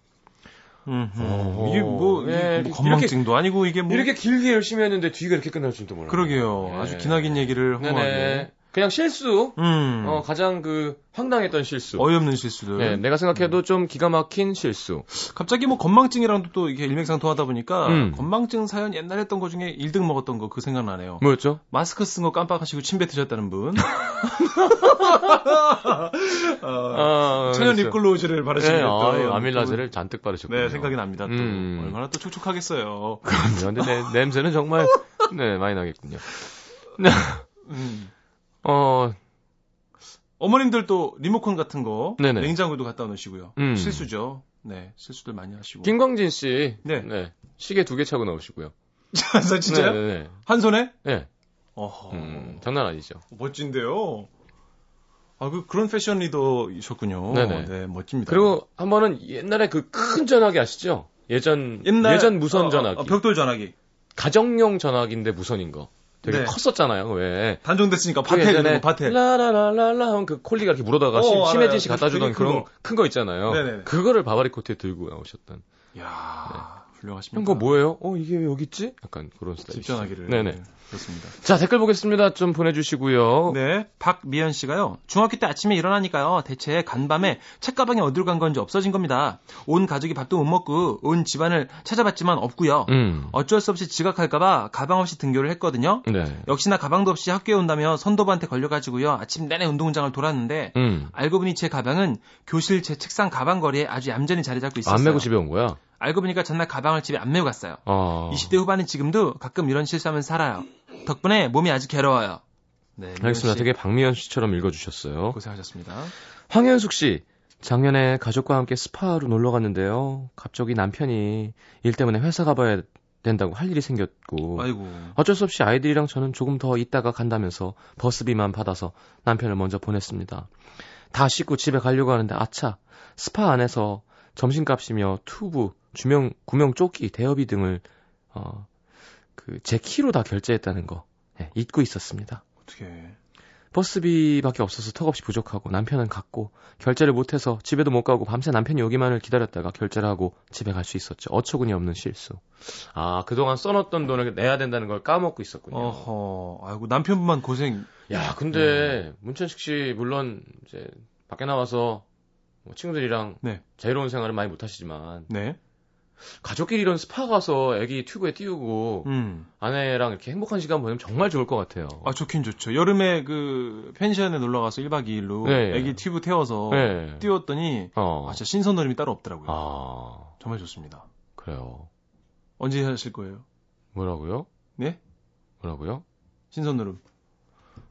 음, 음.
어,
이게 뭐,
예,
이게 뭐
이렇게-
건망증도 아니고 이게 뭐.
길게 열심히 했는데 뒤가 이렇게 끝날 줄도 몰라.
그러게요.
예.
아주 기나긴 얘기를
네네.
허무하게.
그냥 실수.
음.
어, 가장 그 황당했던 실수.
어이없는 실수들.
네, 내가 생각해도 좀 기가 막힌 실수.
갑자기 뭐 건망증이랑도 또 이게 일맥상통하다 보니까
음.
건망증 사연 옛날에 했던 거 중에 1등 먹었던 거 그 생각나네요.
뭐였죠?
마스크 쓴 거 깜빡하시고 침뱉 드셨다는
(laughs)
분. 어,
아,
천연
그랬어요.
립글로즈를 바르시는
네,
또
아, 아밀라제를 잔뜩 바르셨군요.
네, 생각이 납니다. 또
음.
얼마나 또 촉촉하겠어요.
그럼요. 근데 내- 냄새는
(laughs)
정말 네 많이 나겠군요.
음.
어,
어머님들 또 리모컨 같은 거
네네.
냉장고도 갖다 놓으시고요.
음.
실수죠. 네, 실수들 많이 하시고.
김광진 씨,
네.
시계 두 개 차고 나오시고요.
(laughs) 자, 진짜요?
네,
한 손에?
네, 네.
어허.
음, 장난 아니죠.
멋진데요. 아, 그 그런 패션 리더이셨군요.
네네.
네, 멋집니다.
그리고 한 번은 옛날에 그 큰 전화기 아시죠? 예전 예전 무선
어,
전화기,
어, 벽돌 전화기.
가정용 전화기인데 무선인 거. 되게
네.
컸었잖아요. 왜?
단종됐으니까
그
밭에
예전에
그런 거, 밭에.
라라라라라 하면 그 콜리가 이렇게 물어다가
어,
심-
알아요.
심혜진 씨 갖다
되게
주던
큰
그런
거.
큰 거 있잖아요.
네네네.
그거를 바바리 코트에 들고 나오셨던.
야, 훌륭하십니다.
형, 네. 그거 뭐예요? 어, 이게 왜 여기 있지? 약간 그런 스타일.
집전화기를.
네네.
네, 그렇습니다.
자, 댓글 보겠습니다. 좀 보내주시고요.
네, 박미연 씨가요. 중학교 때 아침에 일어나니까요. 대체 간밤에 책가방이 어디로 간 건지 없어진 겁니다. 온 가족이 밥도 못 먹고 온 집안을 찾아봤지만 없고요.
음.
어쩔 수 없이 지각할까봐 가방 없이 등교를 했거든요.
네.
역시나 가방도 없이 학교에 온다며 선도부한테 걸려가지고요. 아침 내내 운동장을 돌았는데
음.
알고 보니 제 가방은 교실 제 책상 가방거리에 아주 얌전히 자리 잡고 있었어요.
안 메고 집에 온 거야?
알고 보니까 전날 가방을 집에 안 메고 갔어요.
어.
20대 후반인 지금도 가끔 이런 실수하면 살아요. 덕분에 몸이 아주 괴로워요. 네, 민현
알겠습니다.
씨그
되게 박미연 씨처럼 읽어주셨어요.
고생하셨습니다.
황현숙 씨. 작년에 가족과 함께 스파로 놀러 갔는데요. 갑자기 남편이 일 때문에 회사 가봐야 된다고 할 일이 생겼고.
아이고.
어쩔 수 없이 아이들이랑 저는 조금 더 있다가 간다면서 버스비만 받아서 남편을 먼저 보냈습니다. 다 씻고 집에 가려고 하는데 아차 스파 안에서 점심값이며 투브, 주명, 구명 조끼, 대여비 등을 어, 그제 키로 다 결제했다는 거 예, 잊고 있었습니다.
어떻게.
버스비밖에 없어서 턱없이 부족하고 남편은 갔고 결제를 못해서 집에도 못 가고 밤새 남편이 오기만을 기다렸다가 결제를 하고 집에 갈 수 있었죠. 어처구니 없는 실수. 아 그동안 써놨던 돈을 내야 된다는 걸 까먹고 있었군요.
어허. 아이고, 남편분만 고생.
야 근데 문천식 씨 물론 이제 밖에 나와서 뭐 친구들이랑
네.
자유로운 생활을 많이 못하시지만
네.
가족끼리 이런 스파 가서 애기 튜브에 띄우고
음.
아내랑 이렇게 행복한 시간 보내면 정말 좋을 것 같아요.
아, 좋긴 좋죠. 여름에 그 펜션에 놀러 가서 1박 2일로
네.
애기 튜브 태워서
네.
띄웠더니
어.
아, 진짜 신선놀림이 따로 없더라고요.
아
정말 좋습니다.
그래요.
언제 하실 거예요?
뭐라고요?
네?
뭐라고요?
신선놀음.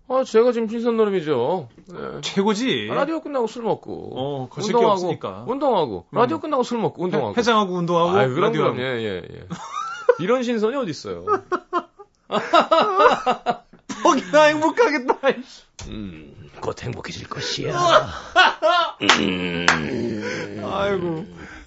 아, 제가 지금 신선놀음이죠. 예.
최고지.
아, 라디오 끝나고 술 먹고.
어, 거칠 게
운동하고,
없으니까.
운동하고.
음.
라디오 끝나고 술 먹고, 운동하고.
해장하고 운동하고
아, 그런
라디오하고.
거, 예, 예,
(laughs)
예. 이런 신선이 어딨어요.
거기나 행복하겠다.
음, 곧 행복해질 것이야.
음.
음.
아이고.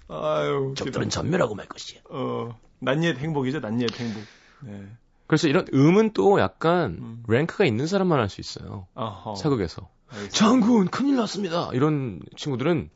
아유. 웃기다.
적들은 전멸하고 말 것이야.
어. 난이의 행복이죠. 난이의 행복. 네.
그래서 이런 음은 또 약간
음.
랭크가 있는 사람만 할 수 있어요.
어허.
사극에서.
알겠습니다.
장군, 큰일 났습니다. 이런 친구들은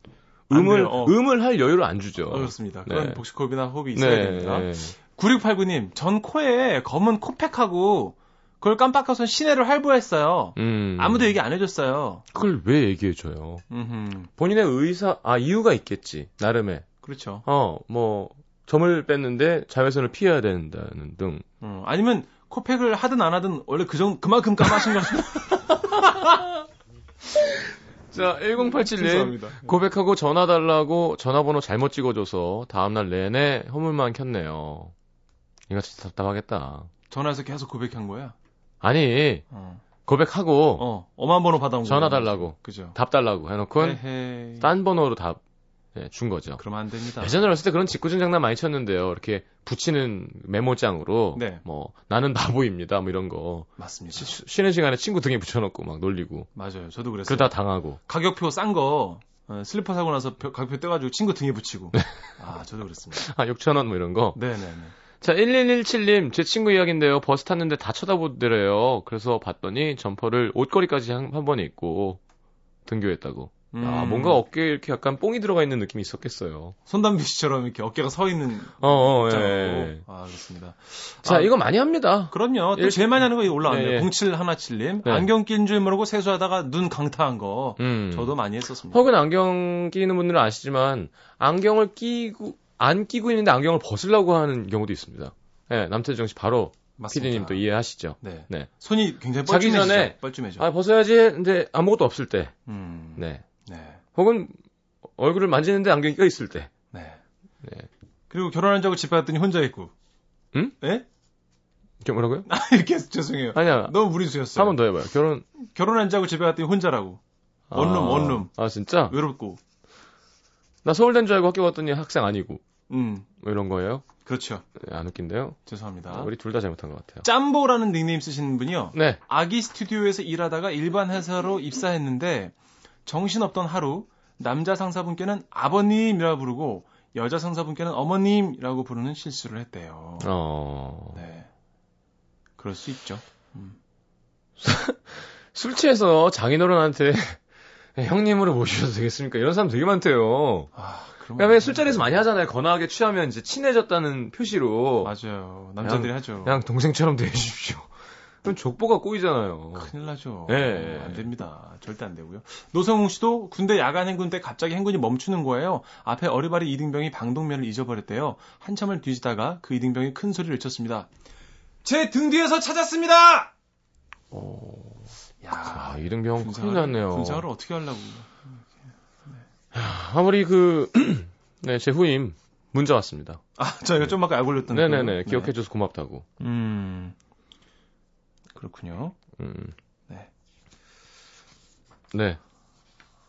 안
음을,
돼요, 어.
음을 할 여유를 안 주죠.
어, 그렇습니다.
네.
그런 복식호흡이나 호흡이 있어야 됩니다.
네.
9689님, 전 코에 검은 코팩하고 그걸 깜빡해서 시내를 할부했어요.
음.
아무도 얘기 안 해줬어요.
그걸 왜 얘기해줘요?
음,
본인의 의사, 아, 이유가 있겠지. 나름의.
그렇죠.
어, 뭐, 점을 뺐는데 자외선을 피해야 된다는 등.
음, 아니면 코팩을 하든 안 하든 원래 그 정, 그만큼 까마신 (laughs) 걸 수도
자, 1087님.
있습니다.
고백하고 전화 달라고 전화번호 잘못 찍어줘서 다음날 내내 허물만 켰네요. 이거 진짜 답답하겠다.
전화해서 계속 고백한 거야.
아니,
어,
고백하고
어 네. 엄한 번호 받아온 거야.
전화 달라고,
그죠.
답 달라고 해놓고 는
에헤이.
딴 번호로 답, 예, 준 거죠.
그러면 안 됩니다.
예전에 어렸을 때 그런 직구준 장난 많이 쳤는데요. 이렇게 붙이는 메모장으로
네.
뭐 나는 나보입니다. 뭐 이런 거
맞습니다.
쉬- 쉬는 시간에 친구 등에 붙여놓고 막 놀리고
맞아요. 저도 그랬어요.
그러다 당하고
가격표 싼 거 어, 슬리퍼 사고 나서 벼- 가격표 떼가지고 친구 등에 붙이고.
네.
아, 저도 그랬습니다.
(laughs) 아 6천 원 뭐 이런 거.
네네네.
자 1117님 제 친구 이야기인데요. 버스 탔는데 다 쳐다보더래요. 그래서 봤더니 점퍼를 옷걸이까지 한, 한 번에 입고 등교했다고. 아
음.
뭔가 어깨에 이렇게 약간 뽕이 들어가 있는 느낌이 있었겠어요.
손담비 씨처럼 이렇게 어깨가 서 있는
네. 어어
입장하고.
예.
아 그렇습니다.
자
아,
이거 많이 합니다.
그럼요. 또
일-
제일 많이 하는 거 이거 올라왔네요.
예, 예.
0717님
네.
안경 낀 줄 모르고 세수하다가 눈 강타한 거
음.
저도 많이 했었습니다.
혹은 안경 끼는 분들은 아시지만 안경을 끼고 안 끼고 있는데 안경을 벗으려고 하는 경우도 있습니다. 예, 남태정 씨 바로
맞습니다.
피디님도 이해하시죠.
네.
네.
손이 굉장히
자기
뻘쭘해지죠.
전에-
뻘쭘해져.
아 벗어야지 근데 아무것도 없을 때.
음. 네.
네.
네.
혹은 얼굴을 만지는데 안경이 껴 있을 때. 네.
그리고 결혼한 자고 집에 갔더니 혼자 있고. (laughs)
음?
예?
이게 뭐라고요?
아, 네. 이렇게 해서 죄송해요.
아니야.
너무 무리수였어요.
한 번 더 해봐요. 결혼
결혼한 자고 집에 갔더니 혼자라고.
아,
원룸, 원룸.
아 진짜?
외롭고.
나 서울대인 줄 알고 학교 갔더니 학생 아니고
음.
뭐 이런 거예요?
그렇죠.
네, 안 웃긴데요?
죄송합니다.
우리 둘 다 잘못한 것 같아요.
짬보라는 닉네임 쓰시는 분이요.
네.
아기 스튜디오에서 일하다가 일반 회사로 입사했는데 정신없던 하루 남자 상사분께는 아버님이라 부르고 여자 상사분께는 어머님이라고 부르는 실수를 했대요.
어.
네. 그럴 수 있죠.
술 취해서 장인어른한테 (laughs) 형님으로 모셔도 되겠습니까? 이런 사람 되게 많대요.
아, 그럼
그러니까 왜 술자리에서 많이 하잖아요. 거나하게 취하면 이제 친해졌다는 표시로
맞아요. 남자들이 하죠.
그냥 동생처럼 (laughs) 대해주십시오. 그럼 족보가 꼬이잖아요.
큰일 나죠.
예.
어, 안 됩니다. 절대 안 되고요. 노성웅 씨도 군대 야간 행군 때 갑자기 행군이 멈추는 거예요. 앞에 어리바리 이등병이 방독면을 잊어버렸대요. 한참을 뒤지다가 그 이등병이 큰 소리를 외쳤습니다. 제 등 뒤에서 찾았습니다!
아, 이등병 큰일
군사를-
났네요.
군사를 어떻게 하려고.
아무리 그, (clears throat) 네, 제 후임 문자 왔습니다.
아, 저희가 좀 아까 약 올렸던.
네네네,
그- 네.
기억해줘서 고맙다고.
음. 그렇군요.
음.
네.
네.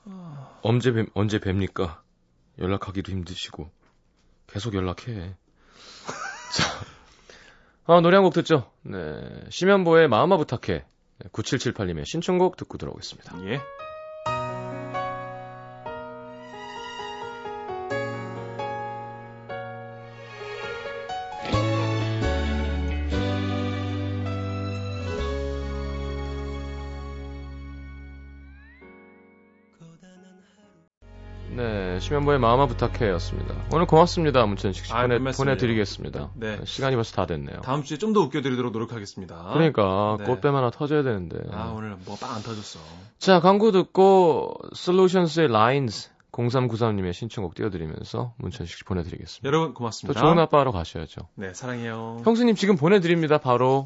아.
언제 뵙, 언제 뵙니까? 연락하기도 힘드시고. 계속
(laughs)
연락해. 자. 아, 노래 한 곡 듣죠? 네. 심연보의 마음아 부탁해. 9778님의 신청곡 듣고 들어오겠습니다.
예.
네. 심연보의 마음아 부탁해 였습니다. 오늘 고맙습니다. 문천식 씨.
아,
보내,
고맙습니다.
보내드리겠습니다.
네.
시간이 벌써 다 됐네요.
다음 주에 좀 더 웃겨드리도록 노력하겠습니다.
그러니까,
네.
꽃뱀 하나 터져야 되는데.
아, 오늘 뭐 빵 안 터졌어.
자, 광고 듣고 솔루션스의 라인즈 0393님의 신청곡 띄워드리면서 문천식 씨 보내드리겠습니다.
여러분
더
고맙습니다.
좋은 아빠로 가셔야죠.
네, 사랑해요.
형수님 지금 보내드립니다. 바로